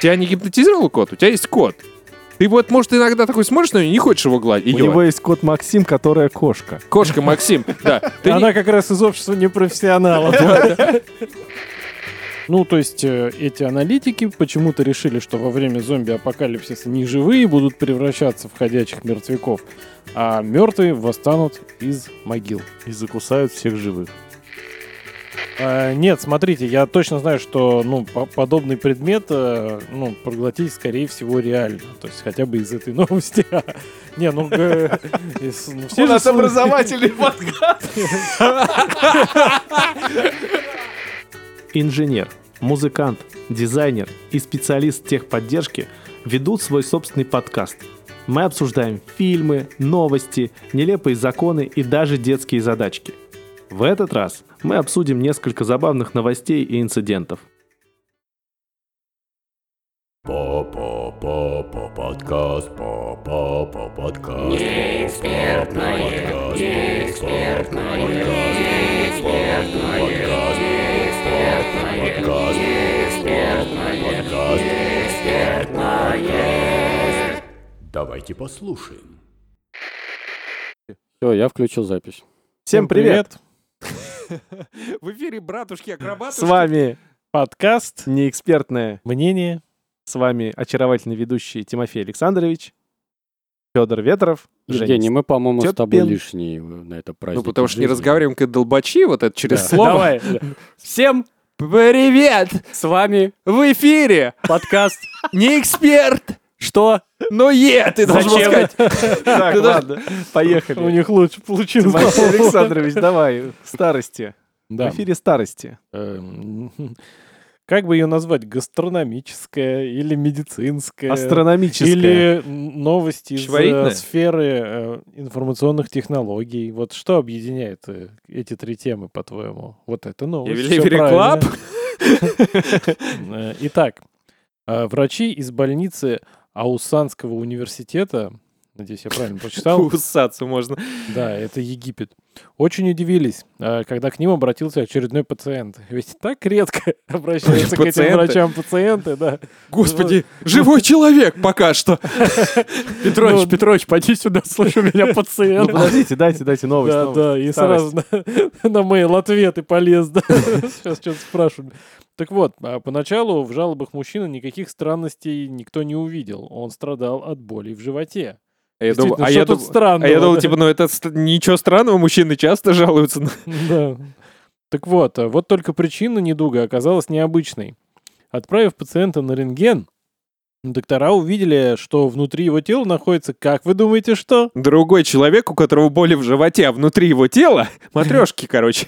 Тебя не гипнотизировал кот? У тебя есть кот. Ты вот, может, иногда такой смотришь на нее, не хочешь его гладить. У Её. него есть кот Максим, которая кошка. Кошка Максим, да. Ты Она не- как раз из общества непрофессионалов. Ну, то есть э, эти аналитики почему-то решили, что во время зомби-апокалипсиса не живые будут превращаться в ходячих мертвяков, а мертвые восстанут из могил. И закусают всех живых. Э, Нет, смотрите, я точно знаю, что ну, по- подобный предмет э, ну, проглотить, скорее всего, реально. То есть хотя бы из этой новости. Не, ну... э, э, с- ну, все У же нас слы- образовательный подкаст. Инженер, музыкант, дизайнер и специалист техподдержки ведут свой собственный подкаст. Мы обсуждаем фильмы, новости, нелепые законы и даже детские задачки. В этот раз мы обсудим несколько забавных новостей и инцидентов. Папа, папа, подкаст, папа, папа, подкаст. Неэкспертное, неэкспертное, неэкспертное, подкаст, неэкспертное, подкаст, неэкспертное. Давайте послушаем. Все, я включил запись. Всем привет! В эфире братушки-акробатушки. С вами Подкаст. неэкспертное. Мнение. С вами очаровательный ведущий Тимофей Александрович, Федор Ветров, Евгений, Женя. мы, по-моему, с тобой Терпен. лишние на это праздник. Ну, потому что не разговариваем как долбачи, вот это через слово. Давай. Всем Привет! с вами В эфире! подкаст. Не эксперт, Что? но е, ты должен был Зачем? сказать. Так, Ты даже- ладно, У поехали. них лучше получилось. Тимофей Александрович, давай, старости. В Да. эфире старости. Эм, Как бы ее назвать? Гастрономическая или медицинская? Астрономическая. Э, Или м, новости из Шваритная? э, сферы э, информационных технологий. Вот что объединяет э, эти три темы, по-твоему? Вот это новость. всё Delivery правильно. Э, Итак, э, врачи из больницы Аусанского университета, надеюсь, я правильно прочитал, Усаться можно. да, это Египет, очень удивились, э, когда к ним обратился очередной пациент. Ведь так редко обращаются к этим Пациенты. врачам пациенты, да. Господи, живой человек пока что. Петрович, Петрович, пойди сюда, слышу меня Ну, пациент. подождите, дайте, дайте новость. Да, новость. да, и сразу на, на мейл ответы полез, да. Сейчас что-то спрашивают. Так вот, а поначалу в жалобах мужчины никаких странностей никто не увидел. Он страдал от боли в животе. А я думал, Действительно, а что я тут думал- странного? а я думал, да? типа, ну это ст- ничего странного, мужчины часто жалуются. на- Да. Так вот, а вот только причина недуга оказалась необычной. Отправив пациента на рентген, доктора увидели, что внутри его тела находится, как вы думаете, что? Другой человек, у которого боли в животе, а внутри его тела, матрешки, короче.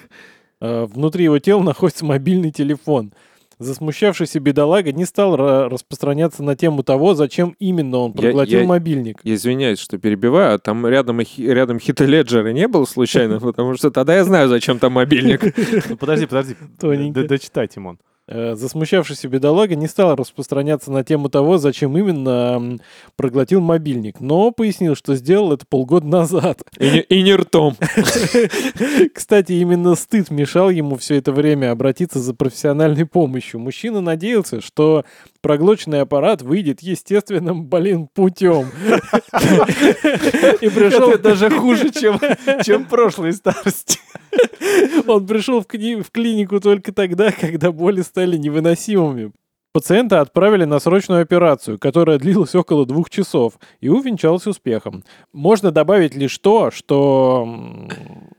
Э, Внутри его тела находится мобильный телефон. Засмущавшийся бедолага не стал ра- распространяться на тему того, зачем именно он Я- проглотил я- мобильник. Я извиняюсь, что перебиваю, а там рядом, и хи- рядом хита Леджера не было случайно, потому что тогда я знаю, зачем там мобильник. Ну, подожди, подожди. Тоненько. Д- Дочитай, Тимон. Э, Засмущавшийся бедолага не стал распространяться на тему того, зачем именно м, проглотил мобильник, но пояснил, что сделал это полгода назад. И не, и не ртом. Кстати, именно стыд мешал ему все это время обратиться за профессиональной помощью. Мужчина надеялся, что проглоченный аппарат выйдет естественным, блин, путем. И пришел, даже хуже, чем, чем прошлые старости. он пришел в, кни- в клинику только тогда, когда боли стали невыносимыми. Пациента отправили на срочную операцию, которая длилась около двух часов и увенчалась успехом. Можно добавить лишь то, что м,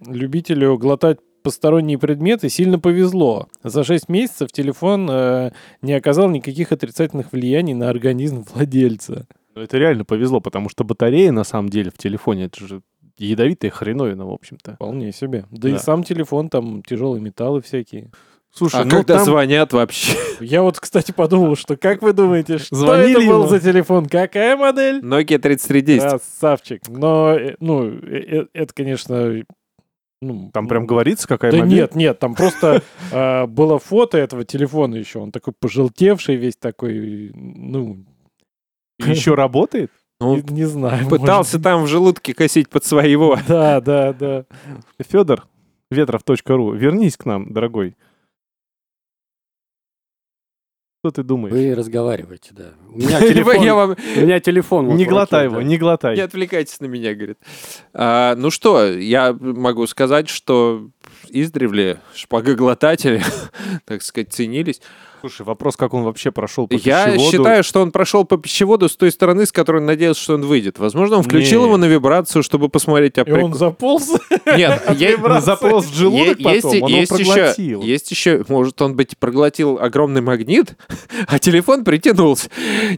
любителю глотать посторонние предметы сильно повезло. За 6 месяцев телефон э, не оказал никаких отрицательных влияний на организм владельца. Ну, это реально повезло, потому что батарея, на самом деле, в телефоне, это же ядовитая хреновина, в общем-то. Вполне себе. Да, и Да. сам телефон, там тяжелые металлы всякие. Слушай, А ну когда там- звонят вообще? Я вот, кстати, подумал, что как вы думаете, что Звонили это был ему? за телефон? Какая модель? Nokia 3310. Красавчик. Но, э, ну, э, э, это, конечно... Ну, там прям говорится, какая Да мобиль- нет, нет, там просто э, было фото этого телефона еще. Он такой пожелтевший, весь такой, ну, Еще работает? Ну, не, не знаю. может. Пытался там в желудке косить под своего. Да, да, да. Федор, ветров.ру, вернись к нам, дорогой. Что ты думаешь? Вы разговариваете, да. У Я меня телефон. вам- У меня телефон. вот Не в глотай руке, его, да. не глотай. Не отвлекайтесь на меня, говорит. А, ну что, я могу сказать, что издревле шпагоглотатели, так сказать, ценились. Слушай, вопрос, как он вообще прошел по Я пищеводу. считаю, что он прошел по пищеводу с той стороны, с которой он надеялся, что он выйдет. Возможно, он включил Не. его на вибрацию, чтобы посмотреть, а И он заполз. прик- Нет, я- На запрос в желудок Е- потом, он его еще, проглотил. есть еще, может, он быть проглотил огромный магнит, а телефон притянулся.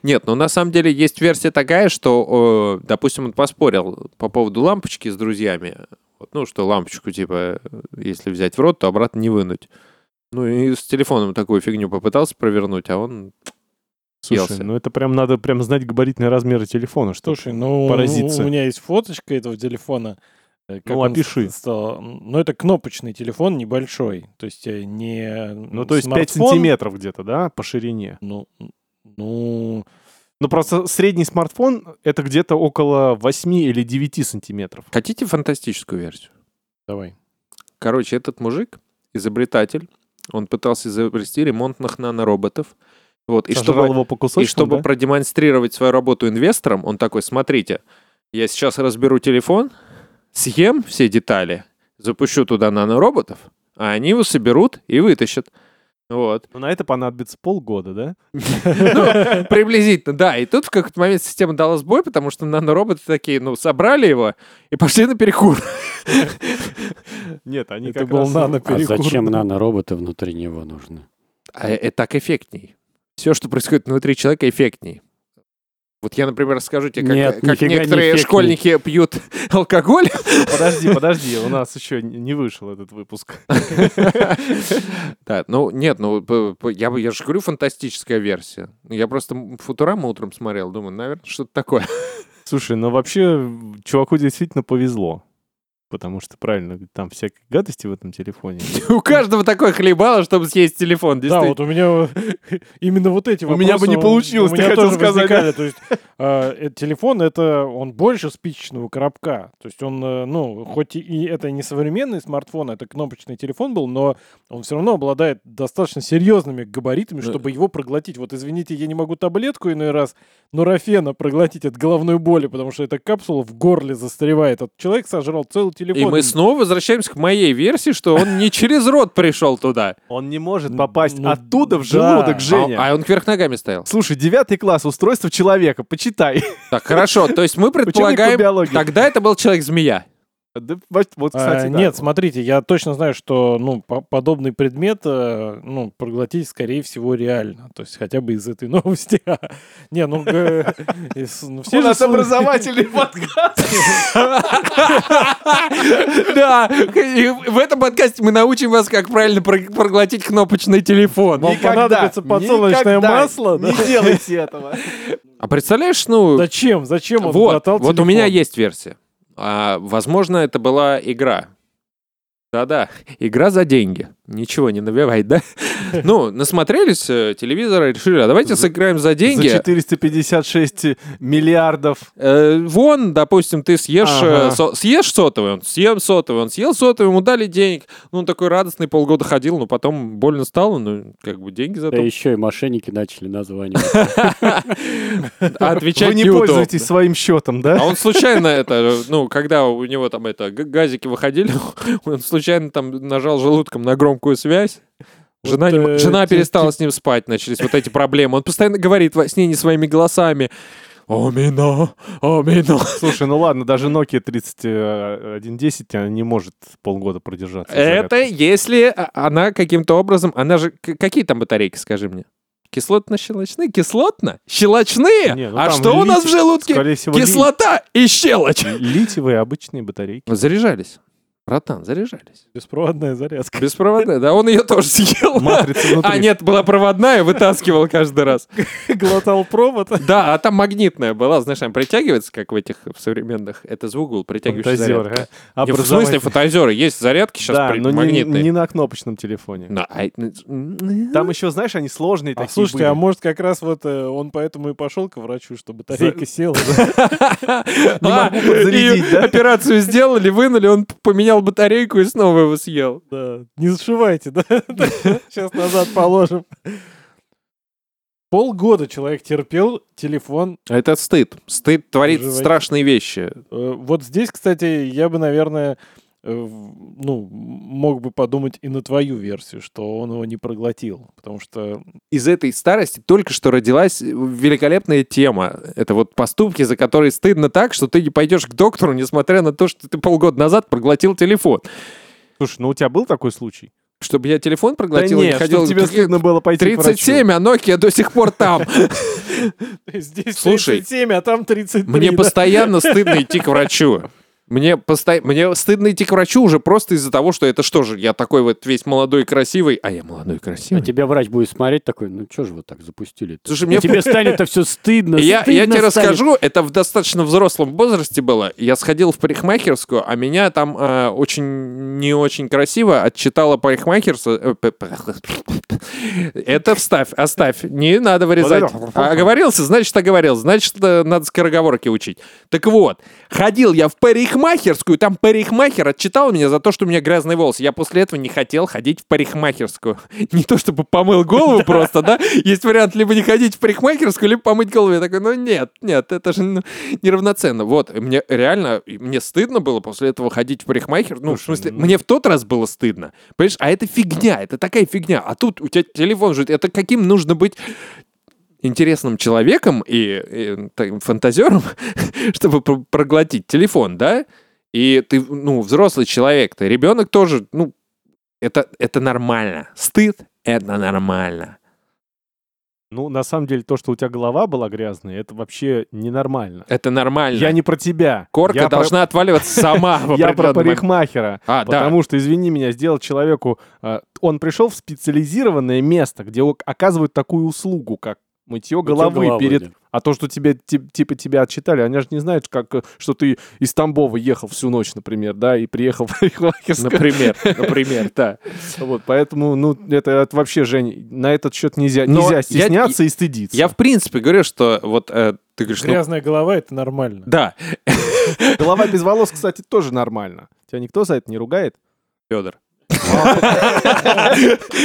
Нет, ну на самом деле есть версия такая, что, э, допустим, он поспорил по поводу лампочки с друзьями. Вот, Ну, что лампочку, типа, э, если взять в рот, то обратно не вынуть. Ну и с телефоном такую фигню попытался провернуть, а он... Слушай, съелся. ну это прям надо прям знать габаритные размеры телефона, что Слушай, ну Паразитцы. у меня есть фоточка этого телефона. э, как Ну, он опиши. с- стал- Ну, это кнопочный телефон небольшой. То есть э, не Ну, то есть 5 смартфон. сантиметров где-то, да, по ширине. Ну, ну, Ну, просто средний смартфон — это где-то около 8 или 9 сантиметров. Хотите фантастическую версию? давай. Короче, этот мужик, изобретатель, он пытался изобрести ремонтных нанороботов. Вот, и Сожрал чтобы, его по кусочкам, и чтобы да? продемонстрировать свою работу инвесторам, он такой, смотрите, я сейчас разберу телефон, съем все детали, запущу туда нанороботов, а они его соберут и вытащат. Вот. Ну, на это понадобится полгода, да? Ну, приблизительно, да. И тут в какой-то момент система дала сбой, потому что нанороботы такие, ну, собрали его и пошли на перекур. Нет, они Это как был раз... А наноперекур. зачем нанороботы внутри него нужны? А э- это так эффектней. Все, что происходит внутри человека, эффектней. Вот я, например, расскажу тебе, как, Нет, как нифига не некоторые эффектней. школьники пьют алкоголь. Подожди, подожди, у нас еще не не вышел этот выпуск. Да, ну нет, ну п- п- я бы я же говорю фантастическая версия. Я просто м- Футурама утром смотрел, думаю, наверное, что-то такое. Слушай, ну вообще чуваку действительно повезло. Потому что, правильно, там всякие гадости в этом телефоне. У каждого такое хлебало, чтобы съесть телефон. Да, действительно. вот у меня э, именно вот эти У меня бы вопросы, не он- получилось, у ты меня хотел тоже сказать, возникали. То есть э, э, телефон это он больше спичечного коробка. То есть он, э, ну, хоть и это не современный смартфон, это кнопочный телефон был, но он все равно обладает достаточно серьезными габаритами, Да. чтобы его проглотить. Вот извините, я не могу таблетку иной раз, но Рафена проглотить от головной боли, потому что эта капсула в горле застревает. Этот человек сожрал целый телефон. И мы снова возвращаемся к моей версии, что он не через рот пришел туда, Он не может попасть Ну, оттуда в да. желудок, А- а Женя. а он кверх ногами стоял. Слушай, девятый класс, устройство человека, почитай. Так, хорошо, то есть мы Учебник по предполагаем, биологии. Тогда это был человек-змея. Да, вот, вот, кстати, А, да. Нет, смотрите, я точно знаю, что ну, по- подобный предмет э, ну, проглотить, скорее всего, реально. То есть хотя бы из этой новости. Не, ну... э, э, с- ну, У Все же нас слышали- образовательный подкаст. Да, и в этом подкасте мы научим вас, как правильно про- проглотить кнопочный телефон. Вам понадобится подсолнечное никогда масло? да? Не делайте этого. А представляешь, ну, Зачем? Зачем он вот, глотал вот у меня телефон? есть версия. А, возможно, это была игра. Да-да, игра за деньги. Ничего не набивай, да? Ну, насмотрелись э, телевизора, решили, а давайте сыграем за деньги. За 456 миллиардов. Э, вон, допустим, ты съешь, Ага. э, со- съешь сотовый, он съел сотовый, он съел сотовый, ему дали денег. Ну, он такой радостный полгода ходил, но потом больно стало, ну, как бы деньги Да зато. еще и мошенники начали название. А отвечать Вы не неудобно. пользуетесь своим счетом, да? А он случайно это, ну, когда у него там это, г- газики выходили, он случайно там нажал желудком на громкую связь. Вот, Жена, не м- э, жена ти- перестала с ним спать, начались вот эти проблемы. Он постоянно говорит во сне не своими голосами. О, мино, о, мино. Слушай, ну ладно, даже Nokia 3110 она не может полгода продержаться. в Это зарядке. если а, она каким-то образом... Она же... к- Какие там батарейки, скажи мне? Кислотно-щелочные? Кислотно-щелочные? Не, ну а там что у нас в литий, желудке? Скорее всего, ли- Кислота и щелочь. литиевые обычные батарейки. Заряжались. Братан, заряжались. Беспроводная зарядка. Беспроводная, да, он ее тоже съел. Матрица внутри. А, нет, была проводная, вытаскивал каждый раз. Глотал провод. Да, а там магнитная была, знаешь, она притягивается, как в этих в современных. Это звук был, притягивающий Фантазеры, зарядка. а? Не, В смысле Образователь- фантазеры? Есть зарядки сейчас Да, при- но не, магнитные. не на кнопочном телефоне. На- а- Там еще, знаешь, они сложные А такие слушайте, были. а может как раз вот э, он поэтому и пошел к врачу, чтобы батарейка села. А, могу подзарядить, и да? Операцию сделали, вынули, он п- поменял батарейку и снова его съел. Да. Не зашивайте, да? Сейчас назад положим. Полгода человек терпел телефон. А Это стыд. Стыд творит Животик. страшные вещи. Э, Вот здесь, кстати, я бы, наверное, э, в- ну, мог бы подумать и на твою версию, что он его не проглотил. Потому что Из этой старости только что родилась великолепная тема. Это вот поступки, за которые стыдно так, что ты не пойдешь к доктору, несмотря на то, что ты полгода назад проглотил телефон. Слушай, ну у тебя был такой случай? Чтобы я телефон проглотил, я не нет, ходил... чтобы тебе к- стыдно было пойти к врачу. 37, а Nokia до сих пор там. здесь Слушай, 37, а там 33. Мне да? постоянно стыдно идти к врачу. Мне, посто... Мне стыдно идти к врачу уже просто из-за того, что это что же, я такой вот весь молодой и красивый, а я молодой и А красивый. тебя врач будет смотреть такой, ну что же вы так запустили Слушай, мне Тебе станет это все стыдно. Я, я стыдно тебе станет. расскажу, это в достаточно взрослом возрасте было. Я сходил в парикмахерскую, а меня там э, очень не очень красиво отчитала парикмахерса. э, п- п- Это вставь, оставь, не надо вырезать. Вот это. А Оговорился, значит оговорился, значит э, надо скороговорки учить. Так вот, ходил я в парикмахерскую, там парикмахер отчитал меня за то, что у меня грязные волосы. Я после этого не хотел ходить в парикмахерскую. Не то чтобы помыл голову просто, да? Есть вариант либо не ходить в парикмахерскую, либо помыть голову. Я такой, ну нет, нет, это же ну, неравноценно. Вот, и мне реально, и мне стыдно было после этого ходить в парикмахер. Ну, в смысле, мне в тот раз было стыдно. Понимаешь, а это фигня, это такая фигня. А тут у тебя телефон же, это каким нужно быть интересным человеком и, и таким фантазером, чтобы пр- проглотить телефон, да? И ты, ну, взрослый человек, ты ребенок тоже, ну, это, это нормально. Стыд — это нормально. Ну, на самом деле, то, что у тебя голова была грязная, это вообще ненормально. Это нормально. Я не про тебя. Корка я про- должна отваливаться сама в Я про определенный момент. парикмахера. А, да. Потому что, извини меня, сделать человеку... э, Он пришел в специализированное место, где о- оказывают такую услугу, как мытье Мытьё головы головы, перед... да. А то, что тебе, ти- типа, тебя отчитали, они же не знают, как, э, что ты из Тамбова ехал всю ночь, например, да, и приехал в парикмахерскую. Например, например, да. Вот, поэтому, ну, это, это вообще, Жень, на этот счет нельзя, Но я- нельзя стесняться и стыдиться. Я в принципе говорю, что вот э, ты говоришь, ну, Грязная голова — это нормально. да, Голова без волос, кстати, тоже нормально. Тебя никто за это не ругает? Федор.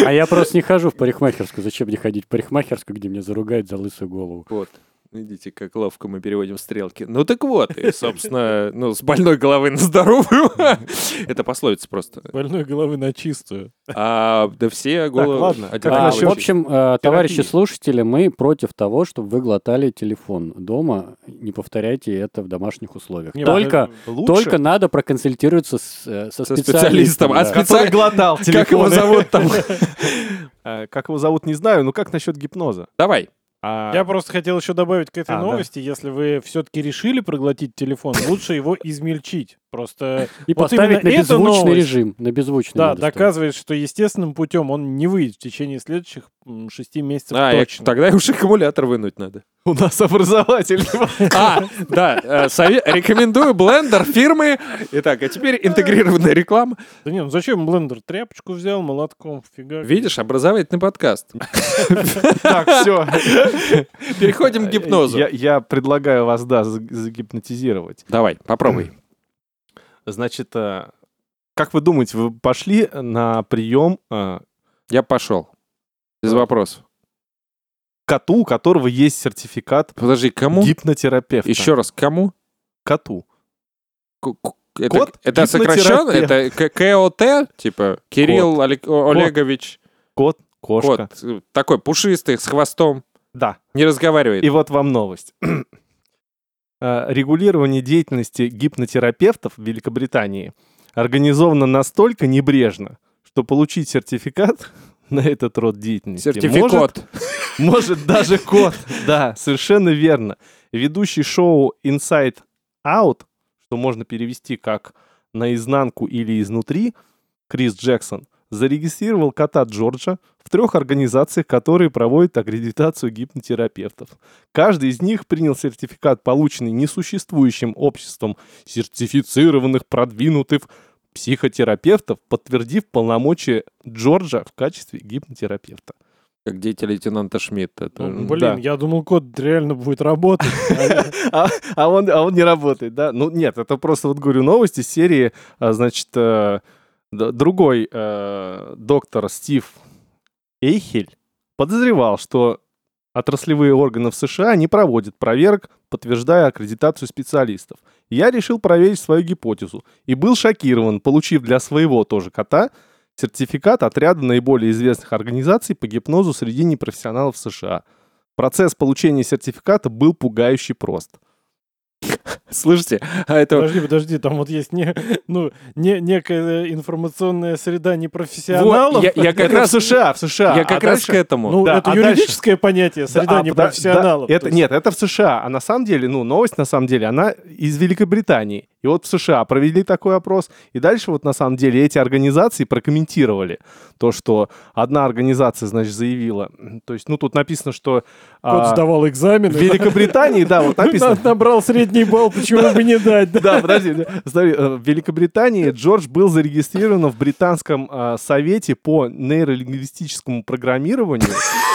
А я просто не хожу в парикмахерскую. Зачем мне ходить в парикмахерскую, где меня заругают за лысую голову? Вот. Видите, как ловко мы переводим стрелки. Ну так вот, и, собственно, ну, с больной головы на здоровую. Это пословица просто. Больной головы на чистую. А, да все головы... ладно, как одинаковые. А, насчет- в общем, э, товарищи слушатели, мы против того, чтобы вы глотали телефон дома. Не повторяйте это в домашних условиях. Не, только, Лучше, только надо проконсультироваться с, э, со, Со специалистом. специалистом. А да. спе- который глотал Как его телефоны. зовут там? Э, Как его зовут, не знаю, но как насчет гипноза? Давай. А, Я просто хотел еще добавить к этой А, да. новости. Если вы все-таки решили проглотить телефон, лучше его измельчить. Просто И Вот поставить на именно эту беззвучный новость. режим. На беззвучный Да, надо ставить. доказывает, что естественным путем он не выйдет в течение следующих м, шести месяцев А, я- типа, точно. тогда уж аккумулятор вынуть надо. у нас образователь. А, да, э, сове- рекомендую блендер фирмы. Итак, а теперь интегрированная реклама. Да не, ну зачем блендер? Тряпочку взял, молотком, фига. Видишь, образовательный подкаст. Так, все. Переходим к гипнозу. Я, я предлагаю вас, да, за- загипнотизировать. Давай, попробуй. Значит, э, как вы думаете, вы пошли на прием э, Я пошел. Без вопросов. коту, у которого есть сертификат Подожди, кому? гипнотерапевта? Еще раз, кому? Коту. К- к- Это, Кот это сокращенно? гипнотерапевт. Это К- КОТ? Типа Кирилл Олег- Олегович. Кот, кошка. Кот. э, Такой пушистый, с хвостом. Да. Не разговаривает. И вот вам новость. Э, Регулирование деятельности гипнотерапевтов в Великобритании организовано настолько небрежно, что получить сертификат на этот род деятельности может, Сертификат. может даже кот. Да, совершенно верно. Ведущий шоу Inside Out, что можно перевести как «наизнанку» или «изнутри», Крис Джексон зарегистрировал кота Джорджа в трех организациях, которые проводят аккредитацию гипнотерапевтов. Каждый из них принял сертификат, полученный несуществующим обществом сертифицированных продвинутых психотерапевтов, подтвердив полномочия Джорджа в качестве гипнотерапевта. Как дети лейтенанта Шмидта. Это, Ну, м, блин, Э, да. я думал, код реально будет работать. А А, а он, а он не работает, да? Ну, нет, это просто, вот говорю, новости серии, а, значит, э, д- другой э, доктор Стив Эйхель подозревал, что Отраслевые органы в США не проводят проверок, подтверждая аккредитацию специалистов. Я решил проверить свою гипотезу и был шокирован, получив для своего тоже кота сертификат отряда наиболее известных организаций по гипнозу среди непрофессионалов США. Процесс получения сертификата был пугающе прост. Слышите, а это... Подожди, подожди, там вот есть не, ну, не, некая информационная среда непрофессионалов. Вот, я, я как Это в раз, США, в США. я А как раз дальше- к этому. Ну, да, это а юридическое понятие, среда а, да, непрофессионалов. да, То это, есть нет, это в США. А на самом деле, ну, новость на самом деле, она из Великобритании. И вот в США провели такой опрос. И дальше вот на самом деле эти организации прокомментировали то, что одна организация, значит, заявила. м, То есть, ну, тут написано, что... Кот а, сдавал в экзамены. Великобритании, да, вот написано. На- Набрал средний балл, почему бы не дать, да? Да, подожди. да. Смотри, э, в Великобритании Джордж был зарегистрирован в Британском э, совете по нейролингвистическому программированию.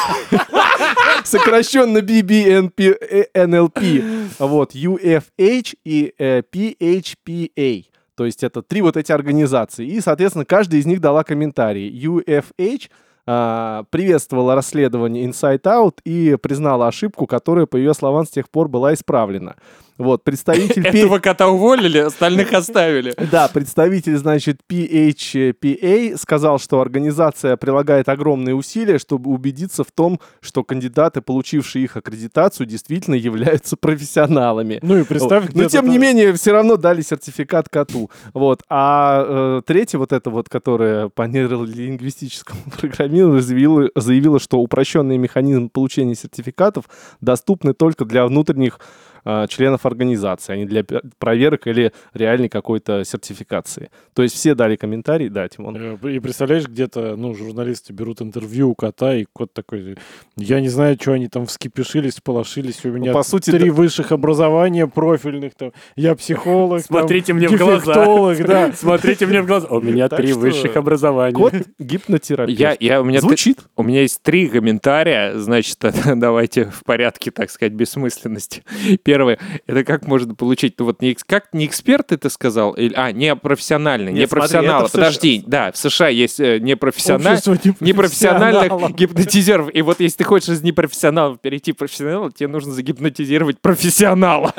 Сокращенно BBNP, э, NLP, вот, UFH и э, PHPA. То есть это три вот эти организации. И, соответственно, каждая из них дала комментарий. UFH а, приветствовала расследование Inside Out и признала ошибку, которая, по ее словам, с тех пор была исправлена. Вот, представитель... P- Этого кота уволили, остальных оставили. да, представитель, значит, PHPA сказал, что организация прилагает огромные усилия, чтобы убедиться в том, что кандидаты, получившие их аккредитацию, действительно являются профессионалами. Ну и представь, Но где-то тем не там- менее, все равно дали сертификат коту. Вот. А э, третья вот эта вот, которая по нейролингвистическому программированию заявила, заявила, что упрощенные механизмы получения сертификатов доступны только для внутренних э, членов организации, а не для пе- проверок или реальной какой-то сертификации. То есть все дали комментарий, да, Тимон. Ну, Э, И представляешь, где-то, ну, журналисты берут интервью у кота, и кот такой, я не знаю, что они там вскипешились, полошились, у меня по сути, Типа, три высших образования профильных, там, я психолог, там, Смотрите мне в глаза. дефектолог, да. Смотрите мне в глаза. У меня Так три что высших образования. Кот гипнотерапевт. Я, я, у меня ты- Звучит. У меня есть три комментария, значит, давайте в порядке, так сказать, бессмысленности. Первое, это как можно получить, ну вот не, экс- как не эксперты ты сказал, или, а, не профессиональный, Нет, не смотри, профессионалы, это в США. подожди, да, в США есть э, непрофессиональ- Общество непрофессиональных непрофессионалов. гипнотизеров. И вот если ты хочешь из непрофессионалов перейти в профессионала, тебе нужно загипнотизировать профессионала.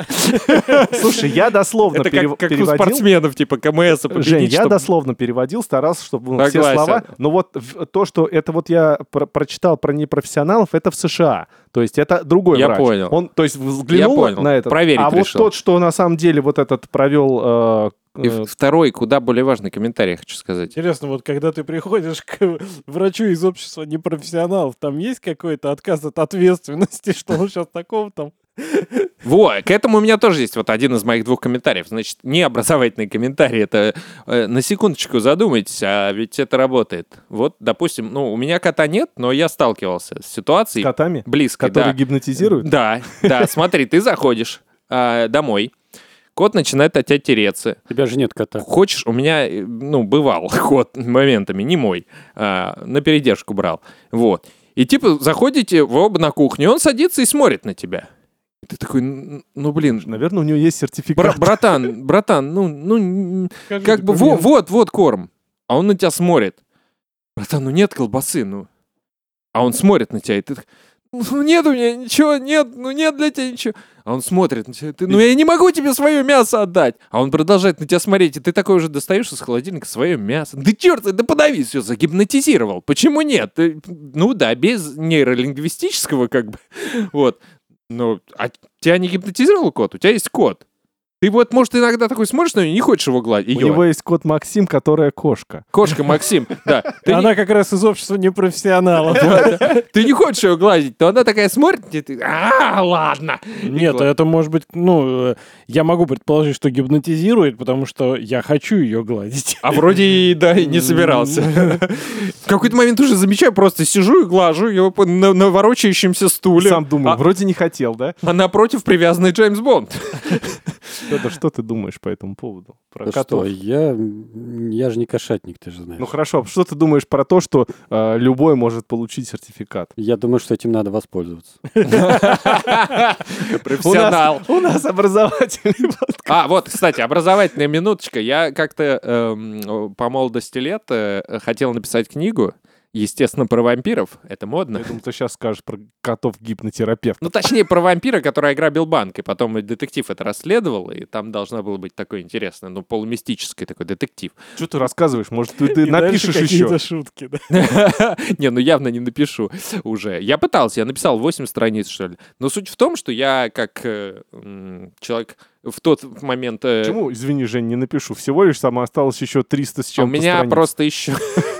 Слушай, я дословно Это перев- как, как у переводил. спортсменов, типа КМС, -а победить, Жень, я чтоб- дословно переводил, старался, чтобы ну, все Согласен. слова. Но вот в- то, что это вот я про- прочитал про непрофессионалов, это в США. То есть это другой Я врач. понял. Он, то есть взглянул Я понял. на это. Проверить А решил. вот тот, что на самом деле вот этот провел... э, И э, в- второй, куда более важный комментарий, я хочу сказать. Интересно, вот когда ты приходишь к врачу из общества непрофессионалов, там есть какой-то отказ от ответственности, что он сейчас такого там? Во, к этому у меня тоже есть вот один из моих двух комментариев. Значит, не образовательный комментарий, это э, на секундочку задумайтесь, а ведь это работает. Вот, допустим, ну, у меня кота нет, но я сталкивался с с ситуацией котами, близкой, которые да. гипнотизируют. Да, да, смотри, ты заходишь а, домой, кот начинает от тебя тереться, У тебя же нет кота. Хочешь, у меня, э, ну, бывал ход моментами, не мой, а, на передержку брал. Вот. И типа заходите вы оба на кухню, он садится и смотрит на тебя. И Ты такой, «Н- ну, блин, Наверное, у него есть бра- сертификат. братан, братан, ну, ну, н- Скажи как бы, во- документ. вот, вот корм. А он на тебя смотрит. Братан, ну нет колбасы, ну. А он смотрит на тебя, и ты так, ну нет у меня ничего, нет, ну нет для тебя ничего. А он смотрит на тебя, ты, ну я не могу тебе свое мясо отдать. А он продолжает на тебя смотреть, и ты такой уже достаешь из холодильника свое мясо. Да черт, да подави, все, загипнотизировал. Почему нет? Ты- ну да, без нейролингвистического как бы, вот. Ну, а тебя не гипнотизировал кот? У тебя есть кот. Ты вот, может, иногда такой смотришь на нее, не хочешь его гладить. У её. него есть кот Максим, которая кошка. Кошка Максим, да. Ты, не- Она как раз из общества непрофессионалов. ты не хочешь ее гладить, но она такая смотрит, и ты, а, ладно. Нет, гладит. это может быть, ну, э, я могу предположить, что гипнотизирует, потому что я хочу ее гладить. А вроде и, да, и не собирался. В какой-то момент уже замечаю, просто сижу и глажу ее по- на, на ворочающемся стуле. Сам думаю, А, вроде не хотел, да? а напротив привязанный Джеймс Бонд. Федор, что ты думаешь по этому поводу? Про Да котов? что, я, я же не кошатник, ты же знаешь. Ну хорошо, что ты думаешь про то, что э, любой может получить сертификат? я думаю, что этим надо воспользоваться. Профессионал. У нас образовательный А, вот, кстати, образовательная минуточка. Я как-то эм, по молодости лет э, хотел написать книгу Естественно, про вампиров. Это модно. Я думал, ты сейчас скажешь про котов-гипнотерапевтов. Ну, точнее, про вампира, который ограбил банк, и потом и детектив это расследовал, и там должна была быть такой интересный, ну, полумистический такой детектив. Что ты рассказываешь? Может, ты, ты И дальше напишешь какие-то еще? шутки, да. Не, ну явно не напишу уже. Я пытался, я написал 8 страниц, что ли. Но суть в том, что я как э, м, человек в тот момент... э, Почему, извини, Жень, не напишу? Всего лишь там осталось еще 300 с А У чем-то меня страниц. просто еще...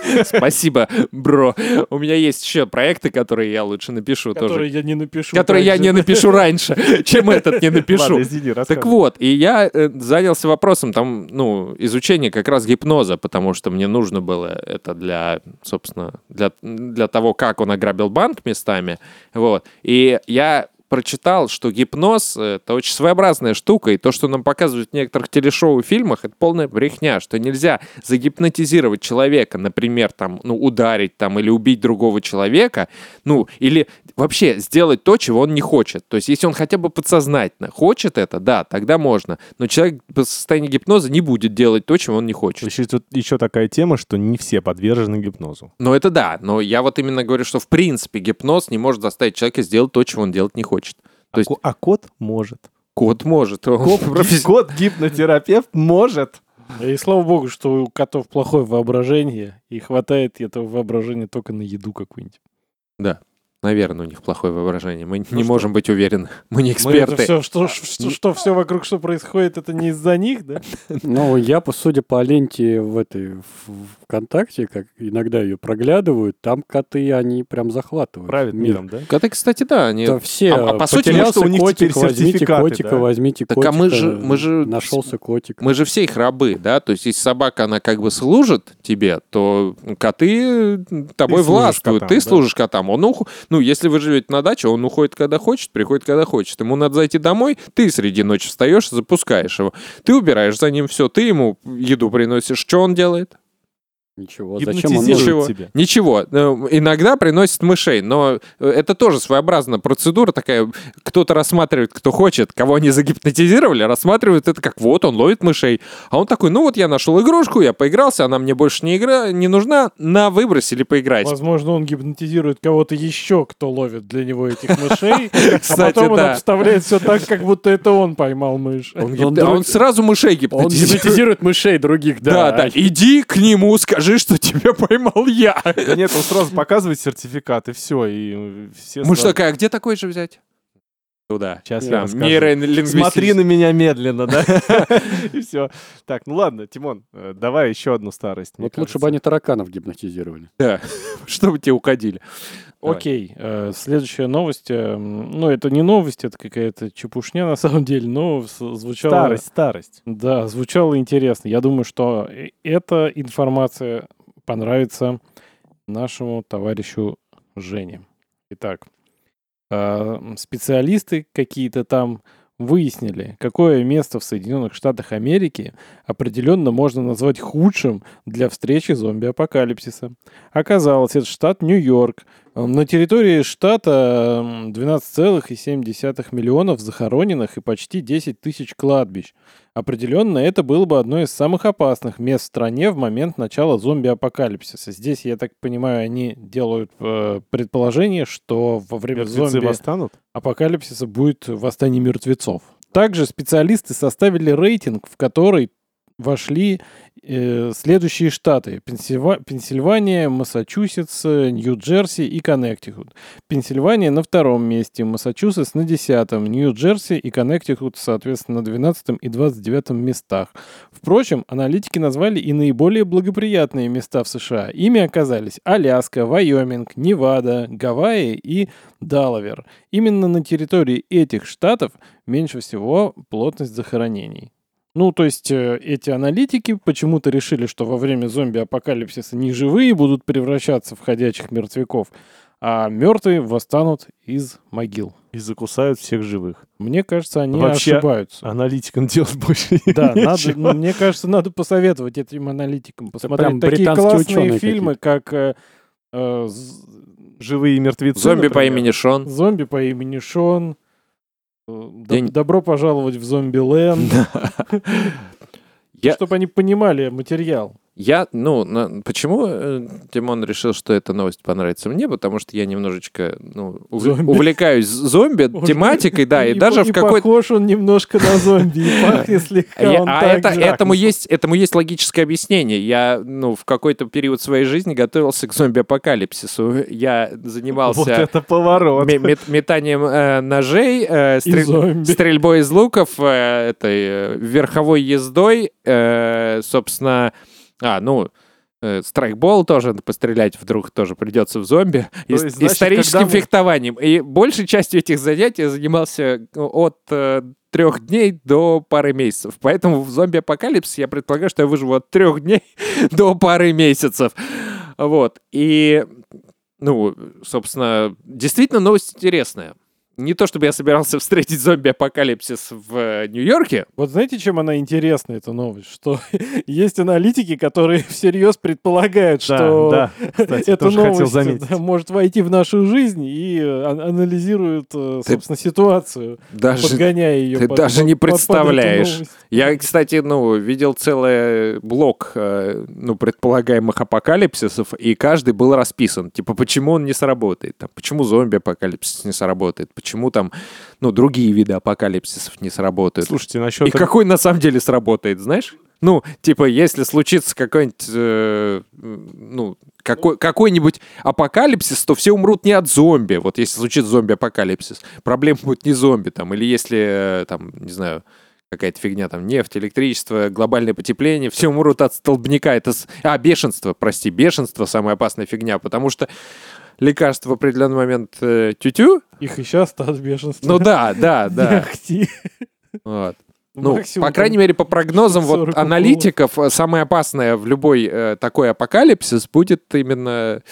Спасибо, бро. У меня есть еще проекты, которые я лучше напишу тоже. Которые я не напишу. Которые я также. не напишу раньше, чем этот не напишу. Ладно, извини, Так рассказывай. вот, и я э, занялся вопросом там, ну, изучения как раз гипноза, потому что мне нужно было это для, собственно, для, для того, как он ограбил банк местами. Вот. И я прочитал, что гипноз — это очень своеобразная штука, и то, что нам показывают в некоторых телешоу и фильмах, это полная брехня, что нельзя загипнотизировать человека, например, там, ну, ударить там или убить другого человека, ну, или вообще сделать то, чего он не хочет. То есть, если он хотя бы подсознательно хочет это, да, тогда можно. Но человек по состоянию гипноза не будет делать то, чего он не хочет. Еще, тут еще такая тема, что не все подвержены гипнозу. Но это да. Но я вот именно говорю, что в принципе гипноз не может заставить человека сделать то, чего он делать не хочет. То А есть- ко- а кот может. Кот может. Он професс- Кот-гипнотерапевт может. И слава богу, что у котов плохое воображение, и хватает этого воображения только на еду какую-нибудь. Наверное, у них плохое воображение. Мы не что? можем быть уверены. Мы не Мы это эксперты. все, что, что, что все вокруг, что происходит, это не из-за них, да? Ну, я, по судя по ленте в этой в- ВКонтакте, как иногда ее проглядывают, там коты, они прям захватывают Правит мир. миром, да? Коты, А кстати, да, они. Да все. А- а по сути, потерялся может, у них котик, теперь возьмите сертификаты, котика, да? возьмите Так котика. а мы же- мы же- Нашелся котик. Мы же все их рабы, да? То есть, если собака, она как бы служит тебе, то коты тобой служишь властвуют. котам, ты да. служишь котам. Он ух... Ну, если вы живете на даче, он уходит, когда хочет, приходит, когда хочет. Ему надо зайти домой, ты среди ночи встаешь, запускаешь его. Ты убираешь за ним все, ты ему еду приносишь. Что он делает? Ничего. Зачем он Гипнотизирует нужен? Ничего. тебя. Ничего. Э, Иногда приносит мышей, но э, это тоже своеобразная процедура такая. Кто-то рассматривает, кто хочет, кого они загипнотизировали, рассматривают это как вот он ловит мышей. А он такой, ну вот я нашел игрушку, я поигрался, она мне больше не, игра... не нужна, на выбрось или поиграть. Возможно, он гипнотизирует кого-то еще, кто ловит для него этих мышей, а Кстати, потом он да. обставляет все так, как будто это он поймал мышь. Он, Он гип- а он друг- сразу мышей Он гипнотизирует. гипнотизирует мышей других, Да, да. да. Иди к нему, скажи, что тебя поймал я. Да нет, он сразу показывает сертификат, и все. И все Муж сразу- такая, а где такой же взять? Туда. Сейчас я Там, расскажу. нейролингвистический. Смотри на меня медленно, да? И все. Так, ну ладно, Тимон, э, давай еще одну старость. мне Вот лучше кажется. бы они тараканов гипнотизировали. чтобы тебе уходили. Давай. Окей, э, следующая новость. э, м, Ну, это не новость, это какая-то чепушня на самом деле, но с- звучала... Старость, старость. Да, звучало интересно. Я думаю, что э- эта информация понравится нашему товарищу Жене. Итак, а, специалисты какие-то там выяснили, какое место в Соединенных Штатах Америки определенно можно назвать худшим для встречи зомби-апокалипсиса. Оказалось, это штат Нью-Йорк. Эм, На территории штата эм, 12,7 миллионов захороненных и почти 10 тысяч кладбищ. Определенно, это было бы одно из самых опасных мест в стране в момент начала зомби-апокалипсиса. Здесь, я так понимаю, они делают э, предположение, что во время Мертвецы зомби восстанут? апокалипсиса будет восстание мертвецов. Также специалисты составили рейтинг, в который вошли э, следующие штаты. Пенсильва- Пенсильвания, Массачусетс, э, Нью-Джерси и Коннектикут. Пенсильвания на втором месте, Массачусетс на десятом, Нью-Джерси и Коннектикут, соответственно, на двенадцатом и двадцать девятом местах. Впрочем, аналитики назвали и наиболее благоприятные места в США. Ими оказались Аляска, Вайоминг, Невада, Гавайи и Далавер. Именно на территории этих штатов меньше всего плотность захоронений. Ну, то есть э, эти аналитики почему-то решили, что во время зомби-апокалипсиса не живые будут превращаться в ходячих мертвяков, а мертвые восстанут из могил. И закусают всех живых. Мне кажется, они Вообще- а, ошибаются. Аналитикам делать больше Да, надо, нечего. ну, мне кажется, надо посоветовать этим аналитикам посмотреть прям такие британские классные ученые фильмы, как э, э, з- Живые мертвецы. Зомби по например. имени Шон. Зомби по имени Шон. Э, доб- Я не- Добро пожаловать в зомби Ленд. Я- Чтобы они понимали материал. Я, ну, на- почему э, Тимон решил, что эта новость понравится мне? Потому что я немножечко, ну, ув- Зомби. увлекаюсь зомби Уже- тематикой, да, и, по- даже в какой-то похож он немножко на зомби, и пахнет слегка Я- он а так это, же. этому, есть, этому есть логическое объяснение. Я ну, в какой-то период своей жизни готовился к зомби-апокалипсису. Я Вот занимался это поворот. ме- мет- метанием э, ножей, э, И стрель- зомби. стрельбой из луков, э, этой э, верховой ездой, э, собственно, а, ну, э, страйкбол тоже пострелять вдруг тоже придется в зомби. То Ис- есть, значит, историческим когда мы- фехтованием. И большей частью этих занятий я занимался от э, трех дней до пары месяцев. Поэтому в зомби-апокалипсис я предполагаю, что я выживу от трех дней до пары месяцев. Вот. И, ну, собственно, действительно новость интересная. Не то, чтобы я собирался встретить зомби-апокалипсис в э, Нью-Йорке. Вот знаете, чем она интересна, эта новость? Что есть аналитики, которые всерьез предполагают, что Да, да. Кстати, эта тоже хотел новость э, заметить. да, может войти в нашу жизнь и э, ан- анализируют, э, Ты- собственно, ситуацию, Даже... подгоняя ее. ты даже не представляешь. эту новость. Я, кстати, ну, видел целый блок, э, ну, предполагаемых апокалипсисов, и каждый был расписан. Типа, почему он не сработает? Там, почему зомби-апокалипсис не сработает? Почему там, ну, другие виды апокалипсисов не сработают? Слушайте, насчет... И какой на самом деле сработает, знаешь? Ну, типа, если случится какой-нибудь, э, ну, какой, какой-нибудь апокалипсис, то все умрут не от зомби. Вот если случится зомби-апокалипсис, проблема будет не зомби там. Или если, э, там, не знаю, какая-то фигня, там, нефть, электричество, глобальное потепление, все умрут от столбняка. Это, с- а, бешенство, прости, бешенство самая опасная фигня, потому что лекарство в определенный момент э, тютю. Их и сейчас от бешенства. Ну да, да, да. Ахти. Вот. Ну, Максимум по крайней мере, по прогнозам 40 вот уколов. аналитиков, э, самое опасное в любой э, такой апокалипсис будет именно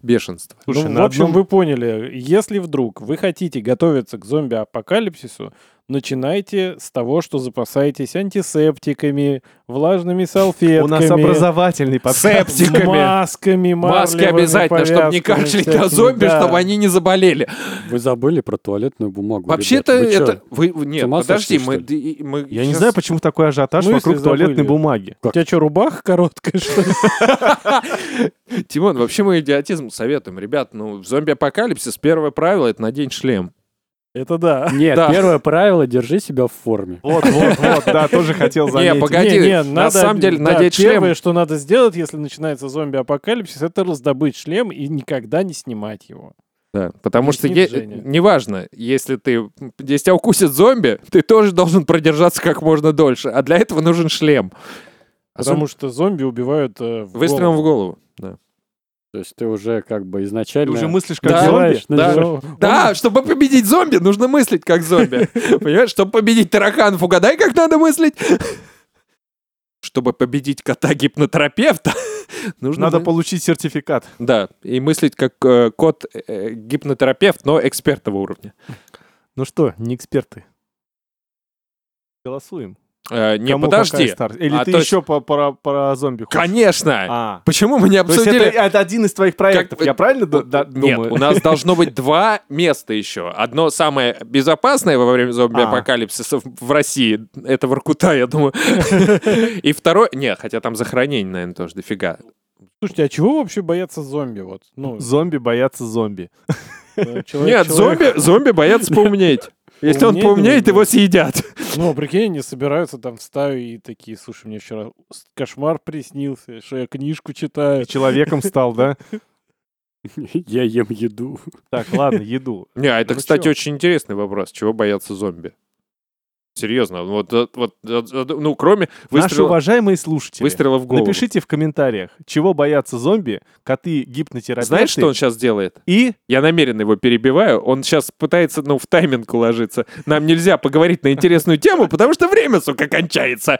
бешенство. Ну, Слушай, в на общем, одном- вы поняли. Если вдруг вы хотите готовиться к зомби-апокалипсису, начинайте с того, что запасаетесь антисептиками, влажными салфетками. У нас образовательный подкаст. Септиками. Масками, Маски марлевыми обязательно, чтобы не повязками кашлять всякими, на зомби, да. чтобы они не заболели. Вы забыли про туалетную бумагу. Вообще-то ребят. Ну, Вы чё? это... Вы, вы- нет, ума подожди, сошли, мы, что и- и- мы Я не щас- знаю, почему такой ажиотаж Мысли вокруг туалетной забыли. бумаги. У тебя что, рубаха короткая, что ли? Тимон, вообще мы идиотизм советуем. Ребят, ну, в зомби-апокалипсис первое правило — это надень шлем. Это да. Нет, Да. первое правило — держи себя в форме. Вот, вот, вот, да, тоже хотел Не, заметить. погоди, Не, не, на самом деле да, надеть шлем... Первое, что надо сделать, если начинается зомби-апокалипсис, это раздобыть шлем и никогда не снимать его. Да, потому что Объяснит е- Женя. неважно, если ты, если тебя укусит зомби, ты тоже должен продержаться как можно дольше, а для этого нужен шлем. А Потому зомби- что зомби убивают э, в выстрелом голову. в голову. Да, То есть ты уже как бы Ты изначально... уже мыслишь как Да. зомби? надеваешь на Да. него- Да, чтобы победить зомби, нужно мыслить как зомби. Понимаешь, чтобы победить тараканов, угадай, как надо мыслить. Чтобы победить кота-гипнотерапевта, нужно... Надо да, получить сертификат. Да, и мыслить как э, кот-гипнотерапевт, но экспертного уровня. Ну что, не эксперты. Голосуем. Э, Не, Кому какая подожди. стар- Или А ты то есть- еще по- про про зомби хочешь? Конечно! А. Почему мы не То есть это, обсудили... это один из твоих проектов, Как- я правильно д- У- да- Нет, думаю? у нас должно быть два места еще. Одно самое безопасное во время зомби-апокалипсиса в- в России. Это Воркута, я думаю. И второе... Не, хотя там захоронений, наверное, тоже дофига. Слушайте, а чего вообще боятся зомби? Вот, ну, Зомби боятся зомби. э, человек- Нет, человек- зомби, зомби боятся поумнеть. Если он Поумнеть, поумнеет, думаю, его да. съедят. Ну, прикинь, они собираются там в стаю и такие, слушай, мне вчера с- кошмар приснился, что я книжку читаю. И человеком стал, да? Я ем еду. Так, ладно, еду. Не, а это, Ну кстати, чё? очень интересный вопрос. Чего боятся зомби? Серьезно, вот, э, вот, э, э, ну, кроме Наши выстрела, уважаемые слушатели, выстрела в голову. напишите в комментариях, чего боятся зомби, коты, гипнотерапевты Знаешь, что он сейчас делает? и Я намеренно его перебиваю. Он сейчас пытается, ну, в тайминг уложиться. Нам нельзя поговорить на интересную тему, потому что время, сука, кончается.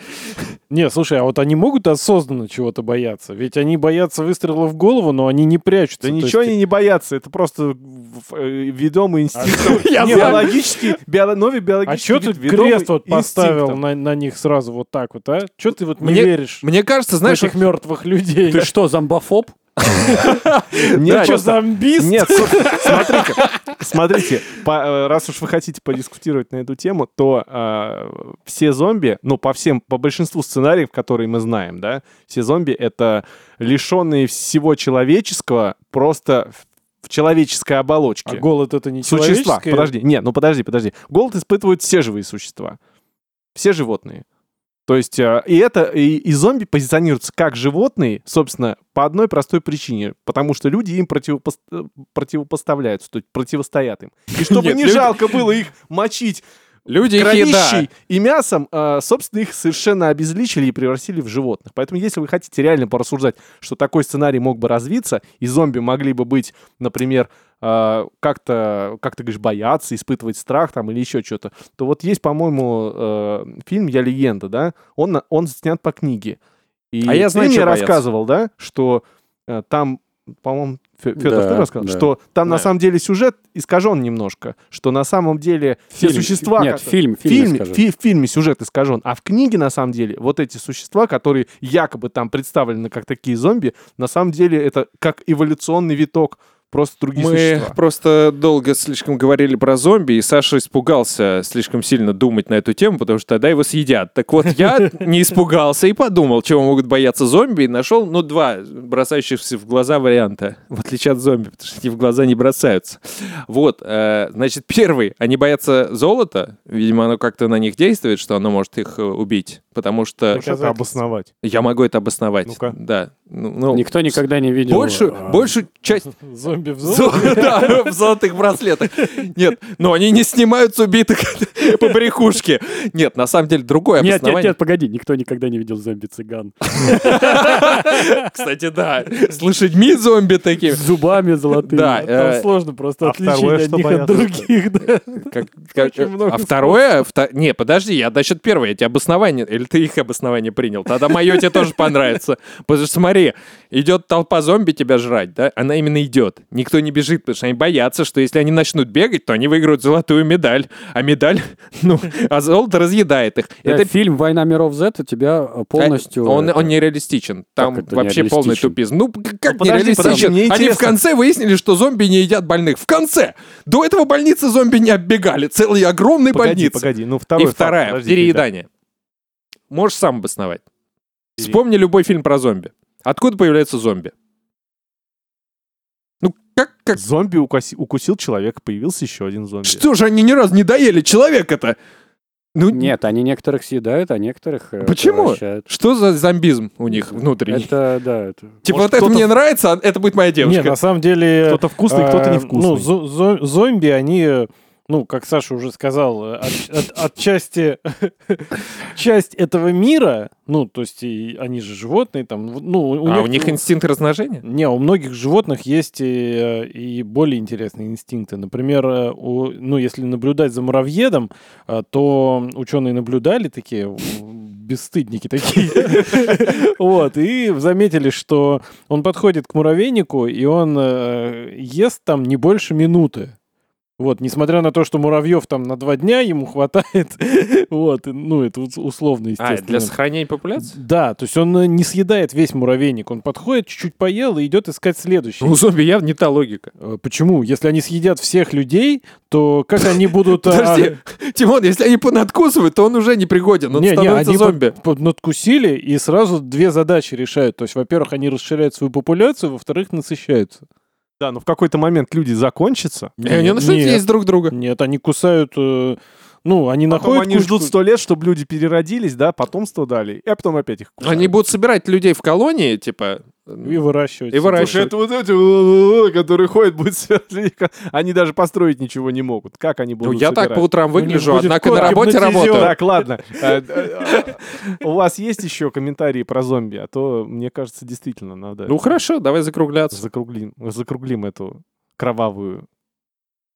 Не, слушай, а вот они могут осознанно чего-то бояться? Ведь они боятся выстрела в голову, но они не прячутся. Да То ничего есть, они не боятся, это просто в- э, ведомый инстинкт. Я Не, знаю. биологический, био- новый А биологический что ты вид, ведомый крест вот поставил инстинктом. на, на них сразу вот так вот, а? Что ты вот не Мне- веришь Мне кажется, в знаешь, этих мертвых людей? Ты что, зомбофоб? Нет, Ты что, просто- зомбист? Нет, слушай, смотрите, смотрите, по- э, раз уж вы хотите подискутировать на эту тему, то э, все зомби, ну, по всем, по большинству сценариев, которые мы знаем, да, все зомби — это лишенные всего человеческого просто в- в человеческой оболочке. А голод это не существа. человеческое? Подожди, не, ну подожди, подожди. Голод испытывают все живые существа. Все животные. То есть, э, и это, и, и зомби позиционируются как животные, собственно, по одной простой причине. Потому что люди им противопос- э, противопоставляются, то есть противостоят им. И чтобы Нет, не люди- жалко было их мочить Люди их еда. кровищей и мясом, э, собственно, их совершенно обезличили и превратили в животных. Поэтому, если вы хотите реально порассуждать, что такой сценарий мог бы развиться, и зомби могли бы быть, например, э, как-то, как ты говоришь, бояться, испытывать страх там или еще что-то, то вот есть, по-моему, э, фильм «Я легенда», да? Он, на- он снят по книге. И А я ты знаю, мне чего бояться. рассказывал, да, что э, там, по-моему, Фе- Федор, Да, ты рассказывал, да. что там на Знаю. самом деле сюжет искажен немножко, что на самом деле все Фильм. существа... Нет, которые- фильм, в фильм, фильме, скажи. фи- в фильме сюжет искажен, а в книге, на самом деле, вот эти существа, которые якобы там представлены как такие зомби, на самом деле это как эволюционный виток, просто другие Мы существа. просто долго слишком говорили про зомби, и Саша испугался слишком сильно думать на эту тему, потому что тогда его съедят. Так вот, я не испугался и подумал, чего могут бояться зомби, и нашел, ну, два бросающихся в глаза варианта, в отличие от зомби, потому что они в глаза не бросаются. Вот, э, значит, первый, они боятся золота, видимо, оно как-то на них действует, что оно может их э, убить, потому что Доказательств. Ну, Как обосновать? я могу это обосновать. Ну-ка. Да. Ну, ну, Никто никогда не видел. большую, а, большую часть Зомби в зомби? Зо- да, в золотых браслетах. Нет, но они не снимают с убитых по брехушке. Нет, на самом деле другое Нет, нет, обоснование. нет, погоди, никто никогда не видел зомби-цыган. Кстати, да. С лошадьми зомби такими. С зубами золотыми. Да, Там э, сложно просто а отличить второе, от что них от боятся, других. да. Как- как- Очень много А второе... вто- Не, подожди, я насчет первое. Эти обоснования... Или ты их обоснование принял? Тогда мое тебе тоже понравится. Потому что смотри, идет толпа зомби тебя жрать, да? Она именно идет. Никто не бежит, потому что они боятся, что если они начнут бегать, то они выиграют золотую медаль. А медаль... Ну, а золото разъедает их. Да, Это Э, фильм «Война миров Z» у тебя э, полностью... А, Он, это, он нереалистичен. Там это вообще нереалистичен? полный тупиз. Ну, к- как подожди, подожди, нереалистичен? мне Они в интересно. конце выяснили, что зомби не едят больных. В конце! До этого больницы зомби не оббегали. Целые огромные Погоди, больницы. погоди, ну второй И вторая, переедание. Можешь сам обосновать. Вспомни любой фильм про зомби. Откуда появляются зомби? Ну, как, как, Зомби укуси- укусил человека, появился еще один зомби. что же они ни разу не доели человека-то? Ну, Нет, они некоторых съедают, а некоторых э, Почему? превращают. что за зомбизм у них внутренний? Это, да, это... Типа, Может, вот это кто-то мне нравится, а это будет моя девушка. Не, на самом деле... Кто-то вкусный, кто-то А, невкусный. Ну, зо- зо- зомби, они, э, ну, как Саша уже сказал, э, от- от- отчасти часть этого мира, ну, то есть и они же животные, там, в- ну, у а у них них инстинкт размножения? не, у многих животных есть и, э, и более интересные инстинкты. Например, э, у- ну, если наблюдать за муравьедом, э, то ученые наблюдали такие в- бесстыдники такие. Вот, и заметили, что он подходит к муравейнику, и он э, ест там не больше минуты. Вот, несмотря на то, что муравьев там на два дня ему хватает, вот, и, ну, это ус- условно, А, естественно. для сохранения популяции? Да, то есть он э, не съедает весь муравейник, он подходит, чуть-чуть поел и идет искать следующий. У зомби явно не та логика. Э, Почему? Если они съедят всех людей, то как они будут... а, Подожди, Тимон, если они понадкусывают, то он уже не пригоден, он не, не, становится они зомби. под- поднадкусили и сразу две задачи решают. То есть, во-первых, они расширяют свою популяцию, во-вторых, насыщаются. Да, но в какой-то момент люди закончатся, И они начнут нет, есть друг друга. нет, они кусают... э, Ну, они потом находят... они кучку- ждут сто лет, чтобы люди переродились, да, потомство дали, а потом опять их кусают. Они будут собирать людей в колонии, типа... И выращивать. И выращивать. Слушай, это вот эти, которые ходят, будут сверли, они даже построить ничего не могут. Как они Ну, будут я так по собирать? утрам У них выгляжу, будет однако на кот работе ну, гипнотизер. работаю. Так, ладно. Э, э, э, У вас есть еще комментарии про зомби? А то, мне кажется, действительно надо... Ну хорошо, давай закругляться. Закруглим, закруглим эту кровавую...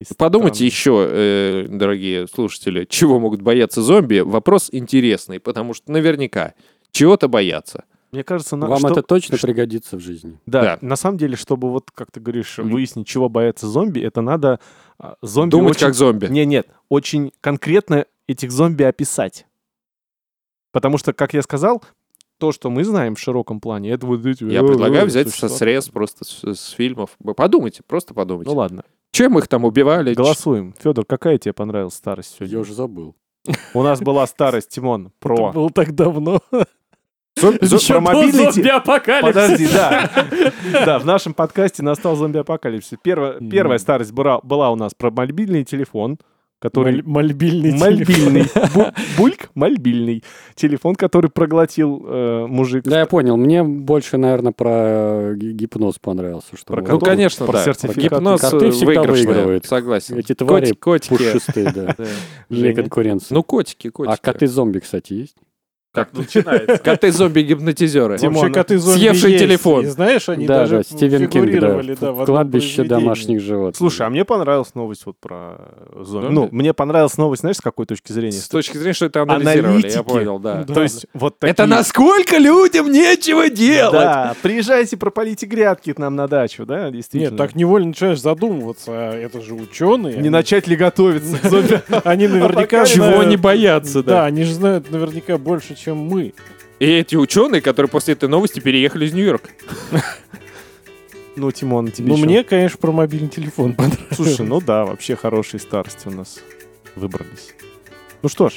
историю. Подумайте еще, э, дорогие слушатели, чего могут бояться зомби. Вопрос интересный, потому что наверняка чего-то боятся. Мне кажется, на- Вам Ну, что- это точно что- пригодится в жизни. Да, Да. на самом деле, чтобы вот, как ты говоришь, выяснить, чего боятся зомби, это надо а, зомби... Думать очень- как зомби. Не, нет, очень конкретно этих зомби описать. Потому что, как я сказал, то, что мы знаем в широком плане, это вот эти... Я предлагаю взять со существа. срез просто с, с фильмов. Вы Подумайте, просто подумайте. Ну ладно, Чем их там убивали? голосуем. Федор, какая тебе понравилась старость Я сегодня? уже забыл. У нас была старость, Тимон, Это про... было так давно. Зо- зо- Про мобильный те- апокалипсис. Подожди, да. Да, в нашем подкасте настал зомби-апокалипсис. Первая, М. первая старость была, была у нас про мобильный телефон, который... Мольбильный телефон. Мобильный. Бульк мобильный. Телефон, который проглотил э, мужик. Да, я понял. Мне больше, наверное, про э, ги- гипноз понравился. Что Про вот Ну, котов, конечно, про да. сертификат. Гипноз Коты э, всегда выигрышная, выигрывают. Согласен. Эти твари Котик- котики. пушистые, да. Да. Вне конкуренции. Ну, котики, котики. А коты-зомби, кстати, есть? Как начинается. Коты-зомби-гипнотизеры. Тим- Вообще Тимон, коты-зомби съевший есть. телефон. И знаешь, они да, даже да, Стивен Кинг, да. фигурировали, да, в В одном Кладбище произведении. домашних животных. Слушай, а мне понравилась новость вот про э, зомби. Да? Ну, мне понравилась новость, знаешь, с какой точки зрения? С точки зрения, что это анализировали, я Аналитики. понял, да. То есть вот такие... Это насколько людям нечего делать! Да, приезжайте, пропалите грядки к нам на дачу, да, действительно. Нет, так невольно начинаешь задумываться, а это же ученые. Не начать ли готовиться к зомби? Они наверняка Апокалипсис. знают- Чего они боятся, Да, они же знают наверняка больше, чем мы. И эти ученые, которые после этой новости переехали из Нью-Йорка. Ну, Тимон, тебе Ну, ещё. мне, конечно, про мобильный телефон понравилось. Слушай, ну да, вообще хорошие старости у нас выбрались. Ну что ж,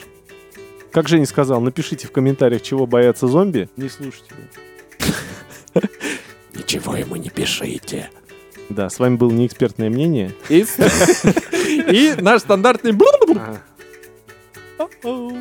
как Женя сказал, напишите в комментариях, чего боятся зомби. Не слушайте. Ничего ему не пишите. Да, с вами было неэкспертное мнение. И, с- и наш стандартный... А, О-оу.